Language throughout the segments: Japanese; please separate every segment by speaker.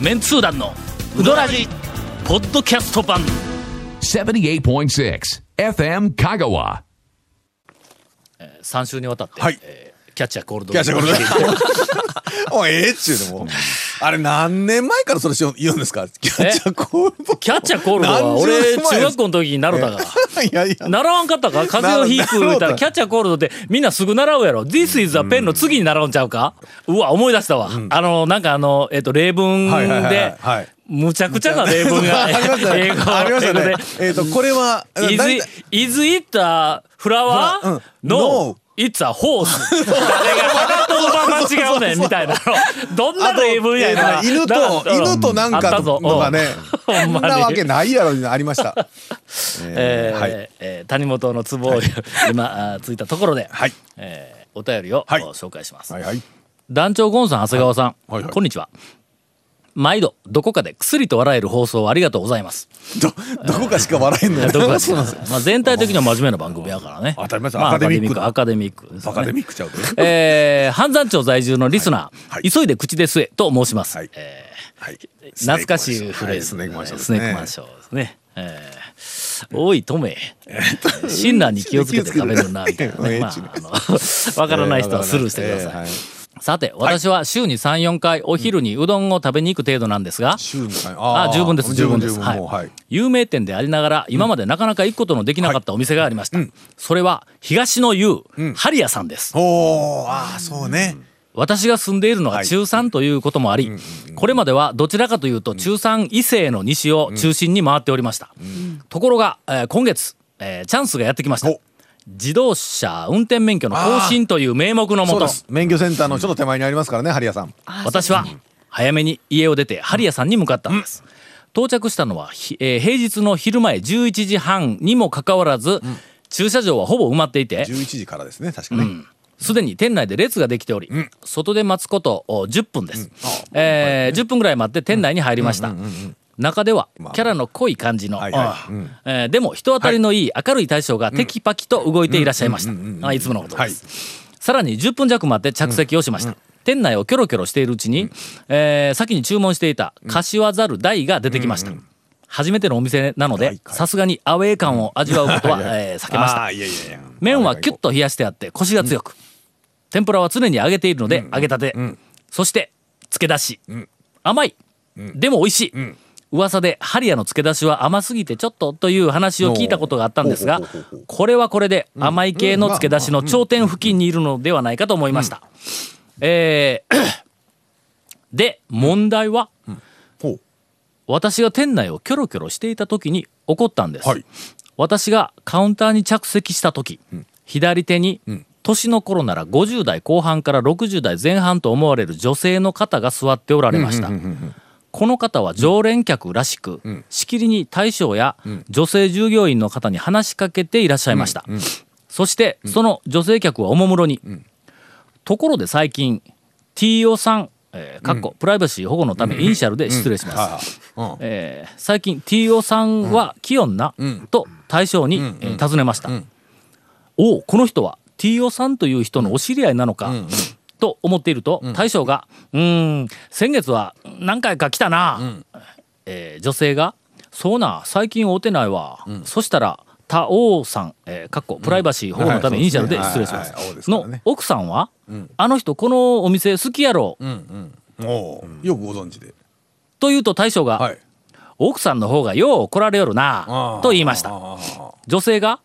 Speaker 1: メンツー団のウドラジポッドキャスト版
Speaker 2: 78.6 FM Kagawa.
Speaker 1: 3週にわたって、
Speaker 3: はい
Speaker 1: えーキャッチャーコールド
Speaker 3: キャッチャーコール おい、ええっちゅうのも。あれ何年前からそれしよう言うんですかキャッチャーコールド。
Speaker 1: キャッチャーコールドは俺中学校の時に習った から
Speaker 3: ら。いやいや。
Speaker 1: 習わんかったか風邪をひく言うたら
Speaker 3: な
Speaker 1: キャッチャーコールドってみんなすぐ習うやろ This is a pen の次に習うんちゃうかうわ思い出したわ、あのなんかあのえっ、と例文
Speaker 3: はいはいはいはい
Speaker 1: で
Speaker 3: はい
Speaker 1: むちゃくちゃな例文が
Speaker 3: ありましたね
Speaker 1: 英語。
Speaker 3: ありま
Speaker 1: 英
Speaker 3: したね
Speaker 1: 語で。
Speaker 3: えっと、これは、だいたい
Speaker 1: Is it- Is it a flower?
Speaker 3: うん
Speaker 1: No.
Speaker 3: No.
Speaker 1: It's a horse. 誰が花と馬間違うねんみたいなの。どんな例文やねん
Speaker 3: あ
Speaker 1: な。
Speaker 3: とえー犬と
Speaker 1: だ、ら
Speaker 3: 犬となん
Speaker 1: あっ
Speaker 3: か
Speaker 1: たぞ
Speaker 3: とかね。
Speaker 1: うん ほんま
Speaker 3: そん
Speaker 1: に
Speaker 3: なわけないやろにありました。
Speaker 1: え
Speaker 3: え
Speaker 1: ー
Speaker 3: ーはい。
Speaker 1: えー谷本の壺を、今あーついたところで、
Speaker 3: はい。
Speaker 1: えーお便りを、
Speaker 3: はい
Speaker 1: お紹介します、
Speaker 3: はいはい。
Speaker 1: 団長ゴンさん長谷川さん、
Speaker 3: はいはい
Speaker 1: こんにちは毎度どこかで薬と笑える放送をありがとうございます
Speaker 3: ど、どこかしか笑えんの
Speaker 1: いやどこかし
Speaker 3: そう
Speaker 1: ら
Speaker 3: なんですよ
Speaker 1: まあ全体的には真面目な番組やからね
Speaker 3: 当たり前です
Speaker 1: まあ
Speaker 3: アカデミック
Speaker 1: アカデミックアカデミックですね
Speaker 3: バカでミックちゃうとね。
Speaker 1: えー、半山町在住のリスナー、
Speaker 3: はいはい
Speaker 1: 急いで口で吸えと申します、
Speaker 3: はい
Speaker 1: え
Speaker 3: はい。
Speaker 1: ー懐かしいフレーズ、
Speaker 3: スネークマンション。
Speaker 1: スネークマンションですね、えー、おい止め親鸞に気をつけて食べるなみた いな、ねまあ、あの わからない人はスルーしてください、
Speaker 3: えーはい
Speaker 1: さて私は週に34回お昼にうどんを食べに行く程度なんですが、
Speaker 3: 週に三
Speaker 1: あ十分です十分です、
Speaker 3: もう
Speaker 1: は
Speaker 3: はいい。
Speaker 1: 有名店でありながら今までなかなか行くことのできなかったお店がありました、それは東の湯、ハリヤさんです
Speaker 3: おお、ああ、そうね。
Speaker 1: 私が住んでいるのが中3ということもあり、これまではどちらかというと中3異性の西を中心に回っておりました、ところが、えー今月、えーチャンスがやってきました
Speaker 3: お
Speaker 1: 自動車運転免許の更新という名目の
Speaker 3: そ
Speaker 1: も
Speaker 3: う
Speaker 1: と
Speaker 3: です。免許センターのちょっと手前にありますからね、ハリアさん。
Speaker 1: 私は早めに家を出てハリヤさんに向かったんです、到着したのはひ、えー平日の昼前11時半にもかかわらず、駐車場はほぼ埋まっていて
Speaker 3: 11時からですね、確かね。
Speaker 1: すでに店内で列ができており、外で待つことお10分です、えー10分ぐらい待って店内に入りました、中では
Speaker 3: まあ
Speaker 1: キャラの濃い感じの、
Speaker 3: はいはい
Speaker 1: あーえーでも人当たりのいい明るい大将がテキパキと動いていらっしゃいました、あいつものことです、さらに10分弱待って着席をしました、店内をキョロキョロしているうちに、えー先に注文していた柏猿大が出てきました、初めてのお店なので
Speaker 3: 大か
Speaker 1: さすがにアウェー感を味わうことは、えー避けました
Speaker 3: あーいやいやいや。
Speaker 1: 麺はキュッと冷やしてあってコシが強く、天ぷらは常に揚げているので揚げたて、そして漬け出し、甘い、でも美味しい、噂でハリアの漬け出しは甘すぎてちょっとという話を聞いたことがあったんですが
Speaker 3: おうほうほうほう
Speaker 1: これはこれで甘い系の漬け出しの頂点付近にいるのではないかと思いました、えーで問題は、
Speaker 3: ほう。
Speaker 1: 私が店内をキョロキョロしていた時に起こったんです、
Speaker 3: はい
Speaker 1: 私がカウンターに着席した時、左手に、年の頃なら50代後半から60代前半と思われる女性の方が座っておられました、この方は常連客らしく、しきりに大将や女性従業員の方に話しかけていらっしゃいました、そしてその女性客はおもむろに、ところで最近 TO さん、えーかっこプライバシー保護のためイニシャルで失礼します、
Speaker 3: ああ。うん。
Speaker 1: えー最近 TO さんは器用な、と大将に、えー尋ねました、おおこの人は TO さんという人のお知り合いなのか、と思っていると、大将が「うーん先月は何回か来たな」えー女性が「そうな最近会うてないわ」そしたら「タオさん」えーかっこプライバシー保護のた めイニシャルで失礼しま
Speaker 3: はいはいはいはい青ですすから
Speaker 1: の
Speaker 3: ね
Speaker 1: 奥さんは、あの人このお店好きやろ」
Speaker 3: おうよくご存知で。
Speaker 1: と言うと大将が「
Speaker 3: はい。
Speaker 1: 奥さんの方がよう怒られよるな
Speaker 3: あー
Speaker 1: と言いました女性が、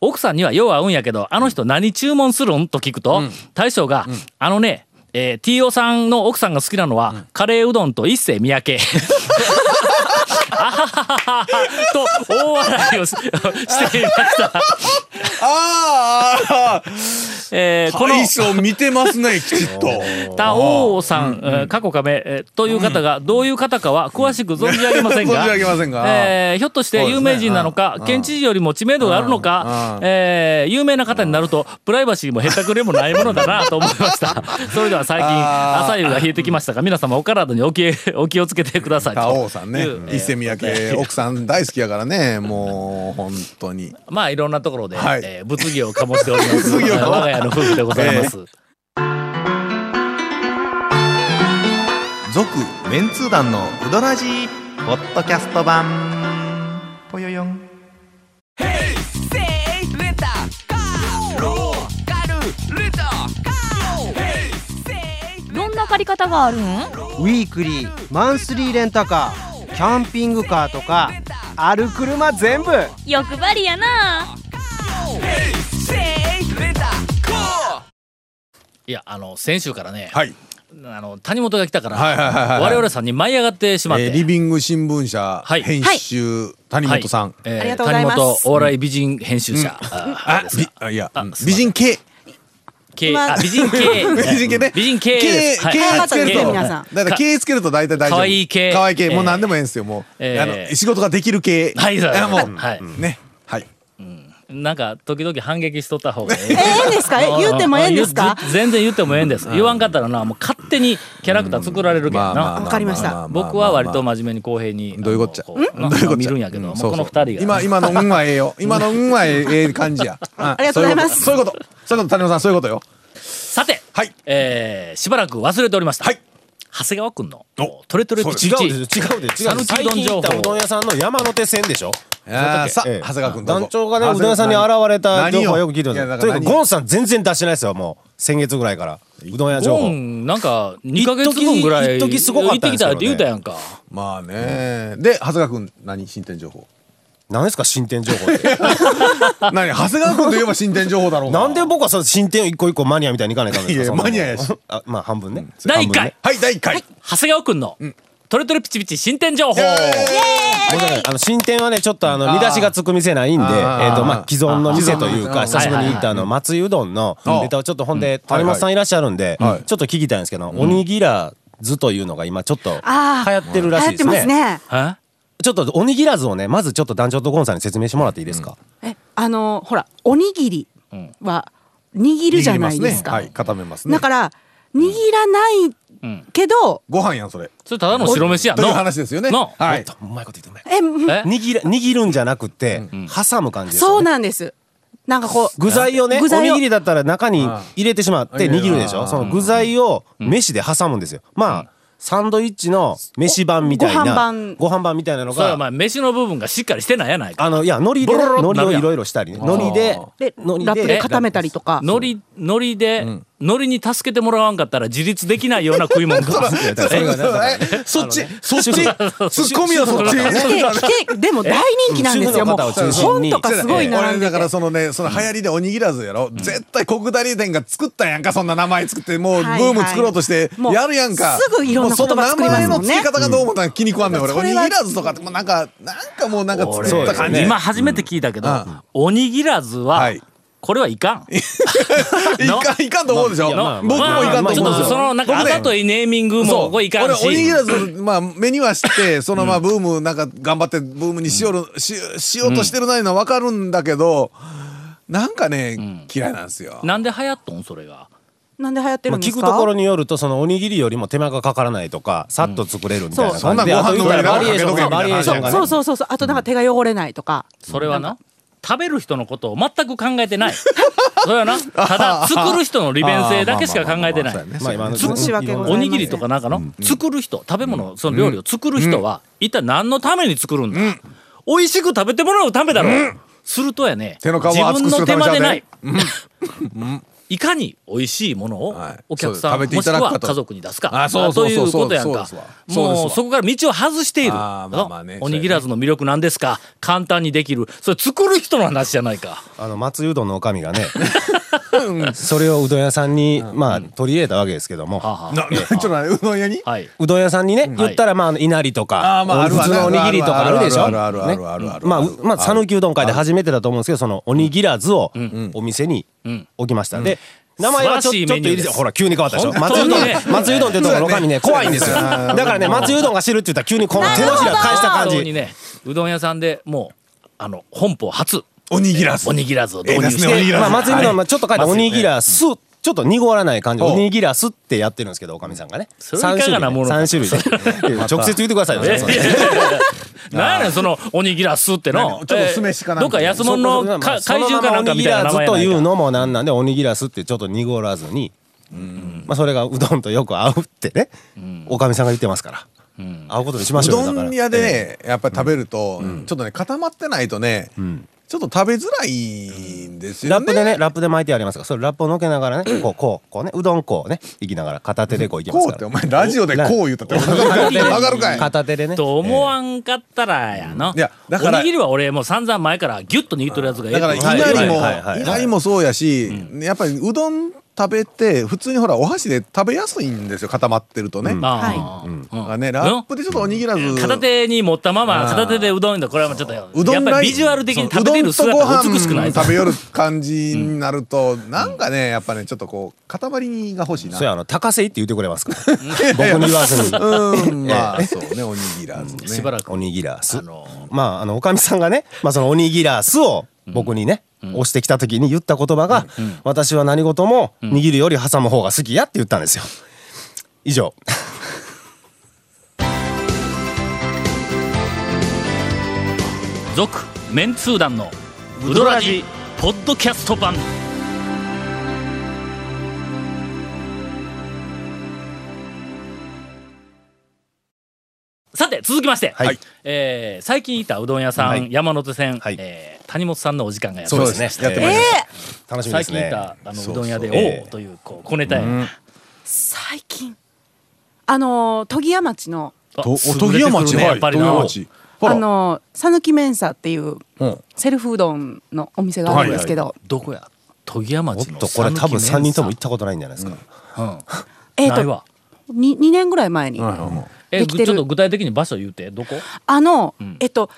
Speaker 1: 奥さんにはよう合うんやけどあの人何注文するんと聞くと、大将が、あのねえー、T.O. さんの奥さんが好きなのは、カレーうどんと一世三 宅。あはははははと大笑いをししていま した。
Speaker 3: あーあー。
Speaker 1: えーこの
Speaker 3: 大将見てます ね、きちっと。
Speaker 1: 田王さん、えー過去亀、えーという方がどういう方かは詳しく存じ上げませんが、
Speaker 3: 存じ上げませんが
Speaker 1: えーひょっとして有名人なのか、県知事よりも知名度があるのか、えー有名な方になると、プライバシーもへったくれもないものだなと思いま した。それでは最近、
Speaker 3: あー
Speaker 1: 朝夕が冷えてきましたが、皆様お体にお気お気をつけてくださいと。
Speaker 3: タオさんね
Speaker 1: いうえ。ー
Speaker 3: 伊勢三宅、奥さん大好きやからね、もう、本当に。
Speaker 1: まあいろんなところで、
Speaker 3: はい
Speaker 1: えー物議を醸しております
Speaker 3: 物議を醸
Speaker 1: 我が家の夫婦でございます、
Speaker 3: 続
Speaker 4: メンツー団のウドラジーポッドキャスト版ぽよよん
Speaker 5: どんな借り方があるん
Speaker 6: ウィークリーマンスリーレンタカーキャンピングカーとかある車全部
Speaker 5: 欲張りやない
Speaker 1: やあの先週からね、
Speaker 3: はい、
Speaker 1: あの谷本が来たから、
Speaker 3: はいはいはいはい
Speaker 1: 我々さんに舞い上がってしまって、
Speaker 3: えーリビング新聞社
Speaker 1: はい
Speaker 3: 編集、谷本さん、
Speaker 1: はいえー
Speaker 7: ありがとうございます
Speaker 1: 谷本お笑い美人編集者、あ
Speaker 3: あ
Speaker 1: です
Speaker 3: び
Speaker 1: が
Speaker 3: あいや
Speaker 1: あ
Speaker 3: うん
Speaker 1: すいません
Speaker 3: 美人系
Speaker 1: 系
Speaker 7: 今
Speaker 1: あ美 人系
Speaker 3: 美人系ね
Speaker 1: 美人系です
Speaker 3: 系
Speaker 7: 早
Speaker 3: 系
Speaker 7: か
Speaker 3: つ
Speaker 7: った
Speaker 3: け
Speaker 7: です
Speaker 3: る
Speaker 7: ね
Speaker 3: と
Speaker 7: 皆さん
Speaker 3: だから系つけると大体大丈夫
Speaker 1: 可愛い系
Speaker 3: 可愛い系もう何でも
Speaker 1: え
Speaker 3: ええんですよもう、
Speaker 1: えー
Speaker 3: あの仕事ができる系
Speaker 1: はいそうです
Speaker 3: あもう、
Speaker 1: はい
Speaker 3: ねはい
Speaker 1: なんか時々反撃しとった方がええ
Speaker 7: えええんですかえ言うてもええんですか
Speaker 1: あ言う全然言ってもええんです言わんかったらなもう勝手にキャラクター作られるけどな、
Speaker 7: わかりました
Speaker 1: 僕は割と真面目に公平に
Speaker 3: どういうこっちゃ
Speaker 1: あのこうな
Speaker 3: どういうこっちゃ
Speaker 1: 見るんやけど、
Speaker 3: う
Speaker 1: もう
Speaker 3: そう
Speaker 1: こ
Speaker 3: そ
Speaker 1: の
Speaker 3: う
Speaker 1: 二人が
Speaker 3: 今今の運はええ よ今の運はええええ感じ やあ
Speaker 7: ありがとうございます
Speaker 3: そういうことそういうことそういうこと谷本さんそういうことよ
Speaker 1: さて、
Speaker 3: はい
Speaker 1: えーしばらく忘れておりました、
Speaker 3: はい
Speaker 1: 長谷川君の
Speaker 3: お
Speaker 1: トレトレピチ
Speaker 8: 違
Speaker 1: ピチ
Speaker 8: うです違うです違う
Speaker 1: 讃
Speaker 8: で
Speaker 1: 岐う
Speaker 8: す最
Speaker 1: どん
Speaker 8: 近行
Speaker 1: 情
Speaker 8: ったうど
Speaker 1: 報
Speaker 8: ん屋さんの山手線でしょ
Speaker 3: あーさ
Speaker 8: ええ
Speaker 3: あ長谷川君どうぞ
Speaker 8: 団長がね
Speaker 3: 長
Speaker 8: う
Speaker 3: 谷
Speaker 8: どん
Speaker 3: 川
Speaker 8: 屋さんに現れた情報はよく聞いて
Speaker 3: 何
Speaker 8: ま
Speaker 3: よ
Speaker 8: すとに
Speaker 3: いや
Speaker 8: か
Speaker 3: だから
Speaker 8: く
Speaker 3: 何
Speaker 8: ゴンさん全然出してないですよもう先月ぐらいからうどん屋情
Speaker 1: ゴ
Speaker 8: 報
Speaker 1: ンなんか二ヶ月分ぐらい
Speaker 8: 一時一時すごかったんですけど
Speaker 1: 行ってきたっ
Speaker 8: ね
Speaker 1: て言うたやんか
Speaker 3: まあねで長谷川君何進展情報
Speaker 8: 何ですか進展情報って
Speaker 3: 何長谷川君といえば進展情報だろう
Speaker 8: なんで僕はその進展を一個一個マニアみたいにいかないかんですか
Speaker 3: いや
Speaker 8: そんなもん
Speaker 3: マニアやし
Speaker 8: あまあ半分ね
Speaker 1: 第一回
Speaker 3: はい第1回
Speaker 1: 長谷川君のトレトレピチピチ新店情報
Speaker 8: 半分ねごめんなさいあの進展はねちょっとあの見出しがつく店ないんでえっ
Speaker 3: あー
Speaker 8: とまあ既存の店という
Speaker 3: あ
Speaker 8: か
Speaker 3: ー
Speaker 8: 久しぶりに行ったあの松井うどんの
Speaker 3: あー
Speaker 8: ネタをちょっとほんで
Speaker 3: はいはい
Speaker 8: 谷本さんいらっしゃるんでちょ
Speaker 3: は
Speaker 8: っ
Speaker 3: い
Speaker 8: と聞きたいんですけどおにぎらずというのが今ちょっと流
Speaker 7: あー
Speaker 8: 行ってるらしい
Speaker 7: 流行
Speaker 8: で
Speaker 7: って
Speaker 8: すね
Speaker 7: ますね
Speaker 1: え
Speaker 8: ちょっとおにぎらずをねまずちょっと団長とゴンさんに説明してもらっていいですか、
Speaker 7: えあのほらおにぎりは握るじゃないです
Speaker 3: 握りますね
Speaker 7: か
Speaker 3: はい固めますね
Speaker 7: だから握らないけど
Speaker 3: ご飯やんそれ
Speaker 1: それただの白飯や
Speaker 3: という
Speaker 1: の
Speaker 3: 話ですよね
Speaker 1: の
Speaker 3: はい
Speaker 8: もっとうまいこと言ってうまい
Speaker 7: えうん
Speaker 1: え
Speaker 8: 握る握るんじゃなくて、挟む感じです
Speaker 7: そ
Speaker 8: よ
Speaker 7: う
Speaker 8: ね
Speaker 7: なんですなんかこう
Speaker 8: 具材をね
Speaker 7: 具材を
Speaker 8: おにぎりだったら中に入れてしまって握るでし
Speaker 3: あ
Speaker 8: ょ
Speaker 3: ー
Speaker 8: その具材を飯で挟むんですよまあ、サンドイッチの飯版みたいな
Speaker 7: ごご飯版
Speaker 8: ご飯版みたいなの
Speaker 1: それはお
Speaker 8: が
Speaker 1: 前飯の部分がしっかりしてないやないか
Speaker 8: あのいや海苔で
Speaker 1: ボ
Speaker 8: ね
Speaker 1: ロロロ
Speaker 8: 海
Speaker 1: な
Speaker 8: 苔
Speaker 1: る
Speaker 8: を
Speaker 1: やん
Speaker 8: いろいろしたりね海苔で海
Speaker 7: でラップ
Speaker 8: 苔
Speaker 7: で
Speaker 8: で
Speaker 7: 固めたりとか
Speaker 1: のりのりで、のりに助けてもらわんかったら自立できないような食い 物が
Speaker 3: えそっちそっちツッコミはそっち
Speaker 7: でででも大人気なんです
Speaker 8: 主婦
Speaker 7: よ
Speaker 8: の
Speaker 7: もう
Speaker 8: 方を中
Speaker 7: 本
Speaker 8: 心に
Speaker 7: とかすごい並
Speaker 3: 俺
Speaker 7: んで
Speaker 3: だか
Speaker 7: て
Speaker 3: らそのねその流行りでおにぎらずやろ絶対国大店が作ったやんかそんな名前作ってもうブ
Speaker 7: はい
Speaker 3: ーム作ろうとして
Speaker 7: もう
Speaker 3: やるやんか
Speaker 7: すぐいろんな
Speaker 3: もうその
Speaker 7: 言葉作りますも
Speaker 3: 名
Speaker 7: んね
Speaker 3: 前の付け方がどうもなんか気に食わんねん俺
Speaker 7: そ
Speaker 3: おに
Speaker 7: れ
Speaker 3: ぎ
Speaker 7: は
Speaker 3: らずとかってもうなんかなんかもうなんか作った感じ
Speaker 1: 今初めて聞いたけど、
Speaker 3: うん
Speaker 1: おにぎらずは、
Speaker 3: はい
Speaker 1: これはいかん。
Speaker 3: いかんいかんと思うでしょ
Speaker 8: まあまあ
Speaker 3: 僕もいかんと
Speaker 1: ちょ
Speaker 3: 思う
Speaker 1: っ
Speaker 3: ん
Speaker 1: と
Speaker 3: です
Speaker 1: そ
Speaker 3: よ
Speaker 1: のなんかあ
Speaker 3: 僕ね
Speaker 1: ざといネーミングもこれいかんし。
Speaker 3: 俺おにぎらずまあ目にはしてそのまあブームなんか頑張ってブームにしよるししようとしてるないうのは分かるんだけどなんかね嫌いなんですよ。
Speaker 1: なんで流行っとんそれが。
Speaker 7: なんで流行って
Speaker 8: まあ
Speaker 7: るんで
Speaker 8: 聞
Speaker 7: すか
Speaker 8: くところによるとそのおにぎりよりも手間がかからないとかさっと作れるみたいな
Speaker 3: そん
Speaker 8: 感
Speaker 3: な
Speaker 8: じ
Speaker 3: んご
Speaker 8: で、あ
Speaker 3: 飯の上
Speaker 8: と言ったらバリエーション
Speaker 3: に
Speaker 8: がバリエーションがね
Speaker 7: そうそうそうそうあとなんか手が汚れないとか
Speaker 1: それはな、食べる人のことを全く考えてない。それはな、ただ作る人の利便性だけしか考えてない。
Speaker 8: まあ今の
Speaker 7: 申し訳ございません
Speaker 1: おにぎりとかなんかの、作る人食べ物、その料理を作る人は、一体何のために作るんだ、美味しく食べてもらうためだろう、するとやね
Speaker 3: 手の皮を厚く
Speaker 1: 自
Speaker 3: す
Speaker 1: 分の
Speaker 3: る
Speaker 1: 手
Speaker 3: ため
Speaker 1: 間
Speaker 3: じゃね
Speaker 1: でない、いかに美味しいものを
Speaker 3: はい
Speaker 1: お客さん、
Speaker 3: そうです
Speaker 1: もしく
Speaker 3: 食べていただく
Speaker 1: は
Speaker 3: かと
Speaker 1: 家族に出すか
Speaker 3: あそうそう
Speaker 1: とい
Speaker 3: そう
Speaker 1: う
Speaker 3: そ
Speaker 1: こ
Speaker 3: う
Speaker 1: とやんか
Speaker 3: そうですわそうです
Speaker 1: もう
Speaker 3: わ
Speaker 1: そこから道を外している、
Speaker 3: あーまあまあね
Speaker 1: おにぎらずの魅力なんですか簡単にできるそれ作る人の話じゃないか
Speaker 8: あの松井うどんのおかみがねそれをうどん屋さんに、まあ取り入れたわけですけども、
Speaker 1: はあは
Speaker 3: ななちょっとねうどん屋に
Speaker 1: あはい、
Speaker 8: うどん屋さんにね、
Speaker 1: ん
Speaker 8: 言ったらまああのいなりとか、
Speaker 3: あーまあある
Speaker 8: 普
Speaker 3: わ
Speaker 8: 通のおにぎりとかあるでしょ
Speaker 3: あるあるあるあ
Speaker 8: ね
Speaker 3: るあるあるあるあるある
Speaker 8: まあうまあ讃岐うどん会で初めてだと思うんですけどそのおにぎらずをお店に置きました、で名前はちょ
Speaker 1: 素晴らしい
Speaker 8: ちょ
Speaker 1: メ
Speaker 8: っ
Speaker 1: ニュ
Speaker 8: とい
Speaker 1: ー
Speaker 8: い
Speaker 1: で
Speaker 8: ですすよほら急に変わったでしょ
Speaker 1: 本
Speaker 8: 松井
Speaker 1: 当
Speaker 8: うど
Speaker 1: に
Speaker 8: ん、
Speaker 1: ね
Speaker 8: 松井うどんってところのおかみね怖いんですよだからね松井うどんが知るって言ったら急にこの手のひら返した感
Speaker 1: 本当
Speaker 8: じ
Speaker 1: にねうどん屋さんでもうあの本邦初
Speaker 3: おにぎらず
Speaker 1: おにぎらずを導入して、
Speaker 3: ええですねおにぎらず
Speaker 8: まあ、松井うどん、まあ、ちょっと書いて、
Speaker 1: はい
Speaker 8: おにぎらす、ちょっと濁らない感じ、
Speaker 3: おう
Speaker 8: おにぎらすってやってるんですけど、おかみさんがね。
Speaker 1: それいかがなものか
Speaker 8: 三種類で。三種類で直接言ってくださいよ。それ
Speaker 1: え えなんやねんそのおにぎらすっての
Speaker 3: 何ちょっと酢飯かなんか
Speaker 1: どっか安物のか怪獣かなんかみたいな名前
Speaker 8: そのままおにぎらずという
Speaker 1: の
Speaker 8: のもなんなんで、おにぎらすってちょっと濁らずに、まあ、それがうどんとよく合うってね、おかみさんが言ってますから、合うことにしましょうよ
Speaker 3: う
Speaker 8: だか
Speaker 3: ど
Speaker 8: ら
Speaker 3: ん屋でね、やっぱり食べると、ちょっとね固まってないとね、ちょっと食べづらいんですよ
Speaker 8: ラ
Speaker 3: ね。
Speaker 8: ップでねラップで巻いてありますからそれラップをのけながらねこうこうこうねうどんこうねいきながら片手でこういきます
Speaker 3: こうっ
Speaker 8: か
Speaker 3: て
Speaker 8: ら、
Speaker 3: お前ラジオでこう言ったって分 かるかい
Speaker 8: 片手でね
Speaker 1: と思わんかったらやな、
Speaker 3: いやだから
Speaker 1: おにぎりは俺もう散々前からギュッと握っとるやつがええ
Speaker 3: だから
Speaker 1: と思
Speaker 3: い
Speaker 1: う
Speaker 3: なりも
Speaker 8: はいはいはいはい
Speaker 3: いなりもそうやし、やっぱりうどん食べて普通にほらお箸で食べやすいんですよ固まってるとね。だ
Speaker 1: ああ
Speaker 3: からねラップでちょっとおにぎらず、
Speaker 1: 片手に持ったまま片手でうどんだこれはもうちょっとや
Speaker 3: うど
Speaker 1: っ
Speaker 3: ん
Speaker 1: ぱ
Speaker 3: ライ
Speaker 1: り
Speaker 3: ン
Speaker 1: ビジュアル的に食べてる
Speaker 3: そうう
Speaker 1: 姿
Speaker 3: どんと
Speaker 1: が
Speaker 3: ご飯
Speaker 1: 美しくない
Speaker 3: 食べよる感じになると、なんかねやっぱねちょっとこう塊が欲しいな
Speaker 8: そうやあの高瀬いって言ってくれますから僕に言わずに
Speaker 3: うんまあそうねおにぎらずね
Speaker 1: しばらく
Speaker 8: おにぎらす、
Speaker 1: あのー
Speaker 8: まああのおかみさんがね、 まあ、そのおにぎらすを僕にね、押してきた時に言った言葉が、私は何事も握るより挟む方が好きやって言ったんですよ以 上
Speaker 1: 続メンツー団のウドラジポッドキャスト版さて続きまして、
Speaker 8: はい
Speaker 1: えー最近いたうどん屋さん、
Speaker 8: はい
Speaker 1: 山手線、
Speaker 8: はい
Speaker 1: えー谷本さんのお時間がやって
Speaker 8: そ
Speaker 1: ま
Speaker 8: う
Speaker 1: いり
Speaker 8: で
Speaker 1: まし
Speaker 8: す
Speaker 1: た
Speaker 3: や
Speaker 8: ね
Speaker 3: ってまい
Speaker 8: え
Speaker 3: りまし
Speaker 8: ー楽しみで
Speaker 1: 最
Speaker 8: す
Speaker 1: 近い
Speaker 8: ね
Speaker 1: たあのうどん屋で「
Speaker 8: そうそう
Speaker 1: おう」というこう小ネタやな、
Speaker 7: 最近あのー時屋町の
Speaker 1: あ
Speaker 3: とお
Speaker 1: 優
Speaker 3: と
Speaker 1: れ
Speaker 3: ぎ
Speaker 1: て
Speaker 3: や
Speaker 1: くるね
Speaker 3: 町
Speaker 1: や
Speaker 3: は
Speaker 1: っ
Speaker 3: い
Speaker 1: ぱ
Speaker 3: と
Speaker 1: り
Speaker 3: ぎ
Speaker 1: な
Speaker 3: や町ほ
Speaker 7: あ
Speaker 3: ら
Speaker 7: のー讃岐メンサっていう
Speaker 3: うん
Speaker 7: セルフうどんのお店があるんですけど、
Speaker 1: どこやとぎや
Speaker 8: おっ
Speaker 1: 町の
Speaker 8: とこれ多分
Speaker 1: 讃岐
Speaker 8: 3
Speaker 1: 麺
Speaker 8: 人
Speaker 1: さ
Speaker 8: と
Speaker 1: ん
Speaker 8: も行ったことないんじゃないですか、
Speaker 7: えっ、
Speaker 1: ない
Speaker 7: と
Speaker 1: わ
Speaker 7: に 2, 年ぐらい前に、
Speaker 1: え
Speaker 7: で
Speaker 1: ち
Speaker 7: き
Speaker 1: ょ
Speaker 7: て
Speaker 1: っ
Speaker 7: る
Speaker 1: と具体的に場所言うてどこ
Speaker 7: あの、えっと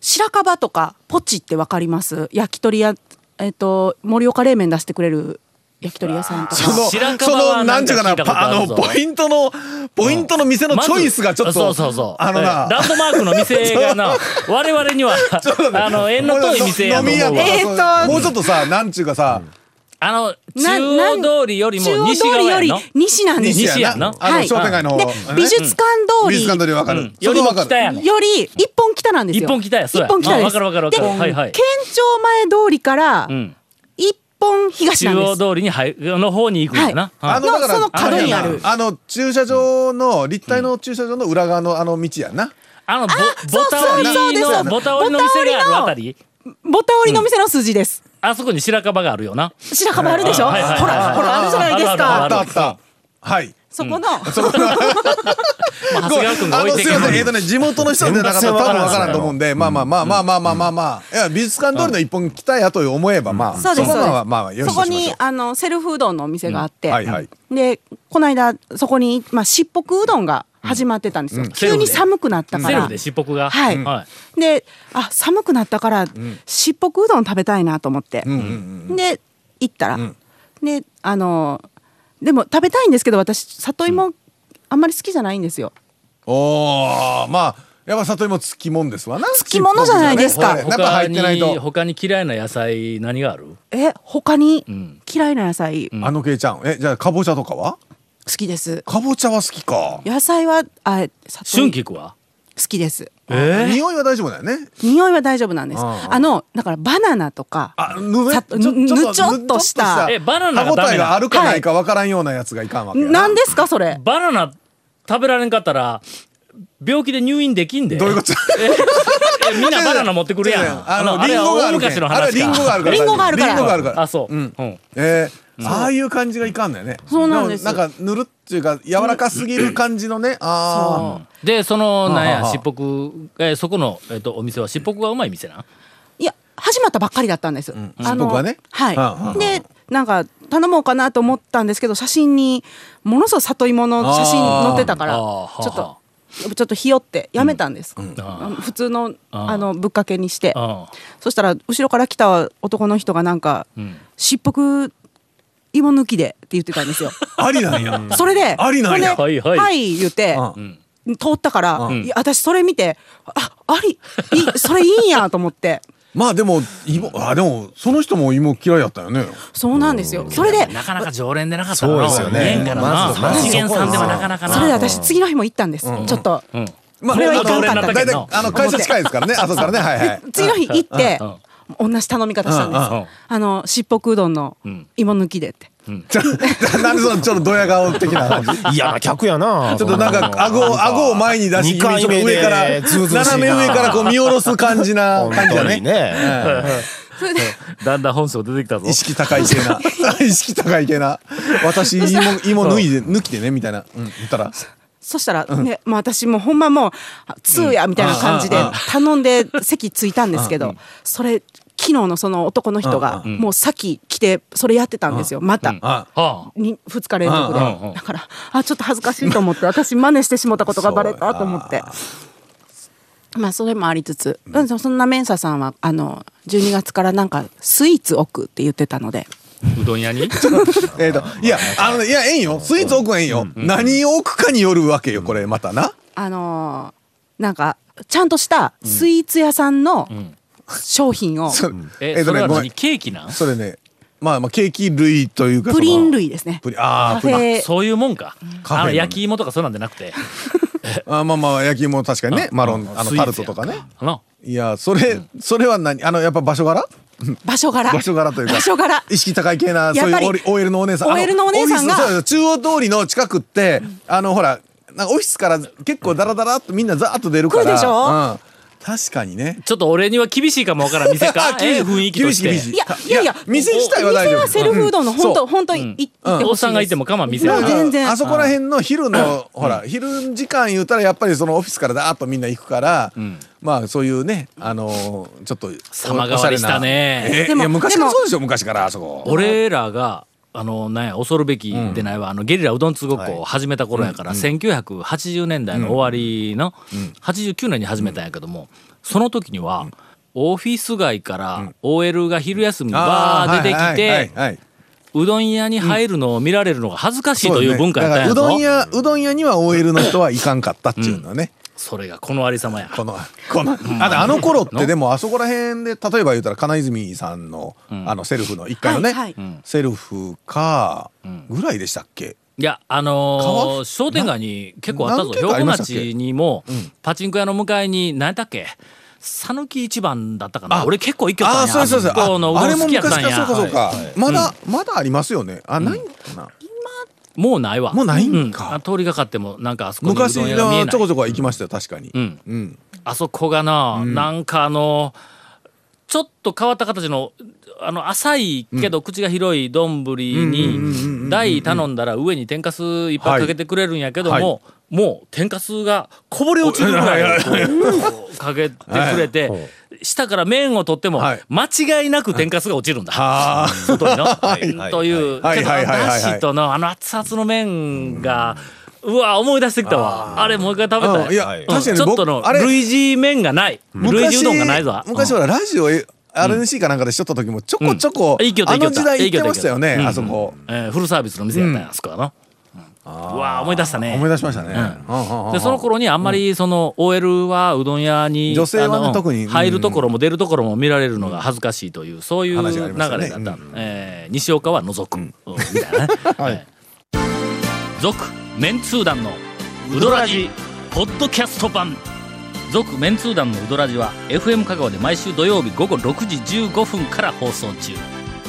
Speaker 7: 白樺とかポチってわかります焼き鳥屋えっと盛岡冷麺出してくれる焼き鳥屋さんと
Speaker 3: そ
Speaker 7: か
Speaker 3: の
Speaker 1: 白
Speaker 3: そ
Speaker 1: 樺は
Speaker 3: のなんちゅうか
Speaker 1: な
Speaker 3: なん
Speaker 1: か聞いたこと
Speaker 3: パ
Speaker 1: あ
Speaker 3: あ
Speaker 1: るぞ
Speaker 3: のポイントのポイントの店のチョイスがちょっと、
Speaker 1: まずそうそうそう
Speaker 3: あの
Speaker 1: え
Speaker 3: な
Speaker 1: ランドマークの店が な我々にはあの縁の遠い店やと
Speaker 3: 飲み
Speaker 1: 思
Speaker 3: 屋
Speaker 1: う
Speaker 3: と
Speaker 1: わ
Speaker 3: かそう
Speaker 7: えーっと
Speaker 3: もうちょっとさなんちゅうかさ、
Speaker 1: あの
Speaker 7: な
Speaker 1: 中央通りよりも西
Speaker 7: 中央通
Speaker 1: 側
Speaker 7: りよ
Speaker 1: や
Speaker 7: り
Speaker 1: の
Speaker 7: 西なんです
Speaker 1: 西
Speaker 7: よ
Speaker 1: やな
Speaker 3: あの
Speaker 7: はい
Speaker 3: 商店街の方、
Speaker 7: で
Speaker 3: ね
Speaker 7: 美術館通
Speaker 3: 美
Speaker 7: り
Speaker 3: 術館通りわかる、
Speaker 1: うん
Speaker 3: そ
Speaker 1: よ
Speaker 3: こ
Speaker 1: りも
Speaker 3: わかる
Speaker 1: 北やねん
Speaker 7: より一本北なんですよ
Speaker 1: 一本北やそうや
Speaker 7: 一本北です
Speaker 1: あわかるわかるわかる
Speaker 7: で
Speaker 1: はいはい
Speaker 7: 県庁前通りから
Speaker 1: うん
Speaker 7: 一本東なん
Speaker 1: 中
Speaker 7: で
Speaker 1: 央
Speaker 7: す
Speaker 1: 通りに入の方に行くんやな
Speaker 3: あ
Speaker 1: はい
Speaker 3: のだから
Speaker 7: その角
Speaker 1: にあ
Speaker 7: る
Speaker 3: あの駐車場の立体の駐車場の裏側のあの道やんな、
Speaker 1: あのぼ
Speaker 7: そう
Speaker 1: ぼたおり
Speaker 7: そうですそ
Speaker 1: の
Speaker 7: うです
Speaker 1: ぼたおりの店があるあたり
Speaker 7: ボタ折りの店の筋です
Speaker 1: あそこに白樺があるよな
Speaker 7: 白樺あるでしょほ
Speaker 1: はいはいはい
Speaker 7: ら
Speaker 1: はい
Speaker 7: ほらあるじゃないです
Speaker 1: あ
Speaker 3: あ
Speaker 7: か
Speaker 3: ったあったはい
Speaker 7: そこの
Speaker 1: まあ長谷川君が
Speaker 3: あ
Speaker 1: 置
Speaker 3: の
Speaker 1: いて
Speaker 3: す
Speaker 1: け
Speaker 3: い
Speaker 1: へん
Speaker 3: ませんえっとね地元の人じゃなかったら多分わからんと思うんでまあまあまあまあまあまあまあまあいや美術館通りの一本来たやと思えばまあ
Speaker 7: そうです
Speaker 3: こ
Speaker 7: そう
Speaker 3: は
Speaker 7: です
Speaker 3: まあまあよし
Speaker 7: そ
Speaker 3: と
Speaker 7: こ
Speaker 3: しましょう
Speaker 7: にあのセルフうどんのお店があって、
Speaker 3: うんはいはい
Speaker 7: でこの間そこにまあしっぽくうどんが始まってたんですよ、
Speaker 1: セル
Speaker 7: 急
Speaker 1: フで
Speaker 7: に寒くなったか
Speaker 1: セル
Speaker 7: ら
Speaker 1: フでしっぽくが
Speaker 7: はいであ寒くなったから、しっぽくうどん食べたいなと思って、で行ったら、であのでも食べたいんですけど私里芋あんまり好きじゃないんですよ。
Speaker 3: おーまあやっぱ里芋つきもんですわなつ
Speaker 7: きものじゃないですか
Speaker 3: やっぱ
Speaker 1: 他
Speaker 3: 入ってない
Speaker 1: に
Speaker 3: と
Speaker 1: 他に嫌いな野菜何がある
Speaker 7: え他に
Speaker 1: ん
Speaker 7: 嫌いな野菜好
Speaker 3: あのけいちゃんえじゃあかぼちゃとかは
Speaker 7: きです。
Speaker 3: かぼちゃは好きか
Speaker 7: 野菜はあ里
Speaker 1: 春
Speaker 7: 芋
Speaker 1: 菊は
Speaker 7: 好きです。
Speaker 3: 匂いは大丈夫だよね
Speaker 7: 匂いは大丈夫なんです。
Speaker 3: あ
Speaker 7: あのだからバナナとか
Speaker 3: あぬ
Speaker 7: さぬぬちょっとした
Speaker 1: えバナナが
Speaker 3: 歯応
Speaker 1: ダメな
Speaker 3: え
Speaker 1: の
Speaker 3: があるかないかわからんようなやつがいかんわけや
Speaker 7: なんですかそれ。
Speaker 1: バナナ食べられんかったら病気で入院できんで
Speaker 3: どういうこと
Speaker 1: えみんなバナナ持ってくるやん
Speaker 3: あの
Speaker 1: あ
Speaker 3: リ
Speaker 1: れ
Speaker 3: ン
Speaker 1: は
Speaker 3: ゴがあ
Speaker 1: 大
Speaker 3: るけ
Speaker 1: 昔の
Speaker 3: んあれは
Speaker 1: 話
Speaker 3: リン
Speaker 1: か
Speaker 3: ゴがあるから
Speaker 7: リンゴがあるから
Speaker 3: リンゴがあるから
Speaker 1: あそう、
Speaker 3: ん
Speaker 1: うん
Speaker 3: えーああいう感じがいかんだよね
Speaker 7: そうなんです
Speaker 3: なんかぬるっていうか柔らかすぎる感じのねああ
Speaker 1: でその
Speaker 3: はあ
Speaker 1: なん
Speaker 3: はあ
Speaker 1: や
Speaker 3: はあ
Speaker 1: しっぽくえそこの、えっとお店はしっぽくがうまい店ない
Speaker 7: や始まったばっかりだったんです。あ
Speaker 3: 僕はね
Speaker 7: はい。
Speaker 3: うんうんうん
Speaker 7: でなんか頼もうかなと思ったんですけど写真にものすごい里芋の写真載ってたから
Speaker 1: あ
Speaker 7: ち
Speaker 1: ーあー
Speaker 7: ょっ
Speaker 1: は
Speaker 7: と。ちょっとひよってやめたんです、
Speaker 1: あ
Speaker 7: 普通の
Speaker 1: あー
Speaker 7: あのぶっかけにして
Speaker 1: ああ
Speaker 7: そしたら後ろから来た男の人がなんか
Speaker 1: ん
Speaker 7: 「しっぽく芋抜きで」って言ってたんですよ
Speaker 3: ありなんや
Speaker 7: それで
Speaker 3: ありなんや
Speaker 7: ほで
Speaker 1: はいはい
Speaker 7: はい」言って、
Speaker 3: うん
Speaker 7: 通ったから、
Speaker 3: うん
Speaker 7: いや私それ見てあありいそれいいんやと思って
Speaker 3: まあでも芋あでもその人も芋嫌いやったよね
Speaker 7: そうなんですよそれで
Speaker 1: なかなか常連でなかったな
Speaker 8: そうですよね
Speaker 1: 麺から
Speaker 8: まずま
Speaker 1: な
Speaker 8: ず
Speaker 1: 資源さんではなかなかな
Speaker 7: それで私次の日も行ったんです、ちょっと、
Speaker 1: うん
Speaker 3: まあ
Speaker 7: これはい
Speaker 3: あ
Speaker 7: かんかった
Speaker 3: の大体あの会社近いですからねあそこからねはいはい
Speaker 7: 次の日行って、
Speaker 1: うん
Speaker 7: 同じ頼み方したんで
Speaker 1: う
Speaker 7: す
Speaker 1: んうん
Speaker 7: よあのしっぽくうどんの
Speaker 1: ん
Speaker 7: 芋抜きでって
Speaker 3: ちょなんでそのちょっとドヤ顔的な。ち
Speaker 8: 嫌な客 やな
Speaker 3: ょっとなんか顎を顎を前に出し
Speaker 8: 二
Speaker 3: ちょっ
Speaker 8: 回
Speaker 3: と
Speaker 8: 目
Speaker 3: 上
Speaker 8: で
Speaker 3: から
Speaker 8: ずうずうしいな
Speaker 3: 斜め上からこう見下ろす感じな
Speaker 8: 本
Speaker 3: 感じだ
Speaker 8: 当に
Speaker 3: ね。
Speaker 8: ね
Speaker 7: それで
Speaker 1: だんだん本性出てきたぞ
Speaker 3: 意識高い系な 意識高い系な私芋芋脱いで抜きでねみたいな、うん、言ったら
Speaker 7: そしたら、ねまあ、私もうほんまもうあ「通や」みたいな感じ
Speaker 3: う
Speaker 7: で
Speaker 3: ん
Speaker 7: 頼んで席着いたんですけどそれ昨日のその男の人がもうさっき来てそれやってたんですよまた。
Speaker 1: ああ
Speaker 7: に2日連続で
Speaker 1: うんうんうん
Speaker 7: だからあちょっと恥ずかしいと思って私真似してしまったことがバレたと思ってまあそれもありつつ、うん、そんなメンサさんはあの12月からなんかスイーツ置くって言ってたので
Speaker 1: うどん 屋に
Speaker 3: えっといやあのねいやええんよスイーツ置くはええんよ、何を置くかによるわけよこれまたな、
Speaker 7: あのーなんかちゃんとしたスイーツ屋さんの商品 を、
Speaker 3: それ
Speaker 1: え
Speaker 3: っ
Speaker 1: それは
Speaker 3: ごめ
Speaker 1: 何
Speaker 3: ん
Speaker 1: ケーキなん
Speaker 3: それねまあまあケーキ類というかその
Speaker 7: プリン類ですね
Speaker 3: プリンあ
Speaker 7: カ
Speaker 3: あ
Speaker 7: フ
Speaker 3: プリン
Speaker 7: ェ
Speaker 1: そういうもんか
Speaker 3: カフェ
Speaker 1: あ
Speaker 3: な
Speaker 1: の
Speaker 3: の
Speaker 1: 焼き芋とかそうなんじゃなくて
Speaker 3: あまあまあ焼き芋確かにねマロンあの
Speaker 1: スイーツや
Speaker 3: タルトとかね
Speaker 1: あの
Speaker 3: いやそれ、それは何あのやっぱ場所柄
Speaker 7: 場所柄
Speaker 3: 場所柄というか
Speaker 7: 場所柄
Speaker 3: 意識高い系な
Speaker 7: や
Speaker 3: そう
Speaker 7: っぱり
Speaker 3: いう OL のお姉さんあ
Speaker 7: OL のお姉さんが
Speaker 3: オフィスそう中央通りの近くってあのほらなんかオフィスから結構ダラダラっとみんなザーッと出るから
Speaker 7: 来るでしょ
Speaker 3: うん、確かにね
Speaker 1: ちょっと俺には厳しいかもわからん店 かええ雰囲気として
Speaker 3: 厳しい厳し
Speaker 7: いやいやいや
Speaker 3: 店自体は大丈夫
Speaker 7: 店はセルフうどんの本当、
Speaker 3: うん
Speaker 7: 本当にい、行って
Speaker 1: おっ
Speaker 7: ほしい
Speaker 1: さんがいても我慢店
Speaker 7: も
Speaker 1: や
Speaker 7: う
Speaker 1: な
Speaker 7: 全然
Speaker 3: あそこら辺の昼の、ほら昼時間言うたらやっぱりそのオフィスからダーッとみんな行くから、まあそういうねあのーちょっと
Speaker 1: 様変わりしたね
Speaker 3: おしゃれなえ
Speaker 7: で
Speaker 3: い
Speaker 7: も
Speaker 3: や昔か
Speaker 7: で
Speaker 3: ら
Speaker 7: も
Speaker 3: そうでしょ昔からあそこ
Speaker 1: 俺らがあのなんや恐るべきでないわ、あのゲリラうどんつごっこを始めた頃やから、1980年代の終わりの、89年に始めたんやけども、その時には、オフィス街から OL が昼休みにバー出てき
Speaker 3: はいはい
Speaker 1: て
Speaker 3: はいはいう
Speaker 1: どん屋に入るのを見られるのが恥ずかしいという文化やったんや
Speaker 3: そう
Speaker 1: ぞ、
Speaker 3: ねだからうどん屋うどん屋には OL の人はいかんかったっていうのはね、
Speaker 1: それがこのありさまや
Speaker 3: このこのああの頃ってでもあそこら辺で例えば言うたら金泉さんの、あのセルフの1階のね、
Speaker 7: はいはい
Speaker 3: セルフかぐらいでしたっけ、
Speaker 1: いやあの
Speaker 3: 川
Speaker 1: ー
Speaker 3: ふ
Speaker 1: 商店街に結構あったぞ
Speaker 3: 何
Speaker 1: 兵
Speaker 3: 軒かあ
Speaker 1: 庫
Speaker 3: りましたっけ
Speaker 1: 町にも、パチンコ屋の向かいに何やったっけ讃岐一番だったかな
Speaker 3: あ
Speaker 1: 俺結構一挙
Speaker 3: あ
Speaker 1: た
Speaker 3: あ
Speaker 1: んや
Speaker 3: そうですそうです
Speaker 1: あそこのう
Speaker 3: ああれ
Speaker 1: どん
Speaker 3: も
Speaker 1: 好きや
Speaker 3: 昔
Speaker 1: ったん
Speaker 3: から
Speaker 1: や
Speaker 3: そうかそうか、まだ、まだありますよねあないのかな、
Speaker 1: もうないわ
Speaker 3: もうないんか
Speaker 1: あ通りがかってもなんかあそこにう
Speaker 3: 昔
Speaker 1: どん屋が見え
Speaker 3: の
Speaker 1: な
Speaker 3: ちょこ
Speaker 1: い
Speaker 3: ちょこは行きましたよ確かに、
Speaker 1: んあそこがな、なんかあのちょっと変わった形のあの浅いけど口が広い丼に台頼んだら上に天かすいっぱいかけてくれるんやけども、
Speaker 3: はいは
Speaker 1: もう天かすがこぼれ落ちるぐらいこうこうかけてくれて、下から麺を取っても
Speaker 3: はい
Speaker 1: 間違いなく天かすが落ちるんだ。
Speaker 3: ああ
Speaker 1: 外にの、 という、
Speaker 3: はい
Speaker 1: けど
Speaker 3: はいはいはい
Speaker 1: だ
Speaker 3: はい
Speaker 1: しとのあの熱々の麺が、うわ思い出してきたわあれもう一回食べた
Speaker 3: うんいや
Speaker 1: うん
Speaker 3: 確かに
Speaker 1: ちょっ
Speaker 3: 僕
Speaker 1: との
Speaker 3: あれ
Speaker 1: 類似麺がない類似うどんがないぞ
Speaker 3: 昔
Speaker 1: うん
Speaker 3: ほらラジオえ RNC かなんかでしとった時もちょこちょこ、
Speaker 1: うんいい京都
Speaker 3: あの
Speaker 1: いい京都
Speaker 3: 時代行ってましたよ
Speaker 1: いい
Speaker 3: ね
Speaker 1: 京都
Speaker 3: あそこ、
Speaker 1: えーフルサービスの店やったんやあそこやなうわ思い出したね
Speaker 3: 思い出しましたね、
Speaker 1: う
Speaker 3: うんうんうん
Speaker 1: でその頃にあんまりその OL はうどん屋に
Speaker 3: 女性はね
Speaker 1: あの
Speaker 3: 特にうん
Speaker 1: 入るところも出るところも見られるのが恥ずかしいというそういう流
Speaker 3: 話があ
Speaker 1: れ
Speaker 3: りま
Speaker 1: だ
Speaker 3: し
Speaker 1: った
Speaker 3: ね
Speaker 1: たえー西岡は除くうんみた いなねはい続メンツー団のウドラジポッドキャスト版続メンツー団のウドラジは FM 香川で毎週土曜日午後6時15分から放送中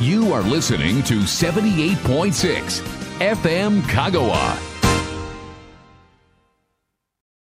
Speaker 2: You are listening to 78.6 FM Kagawa.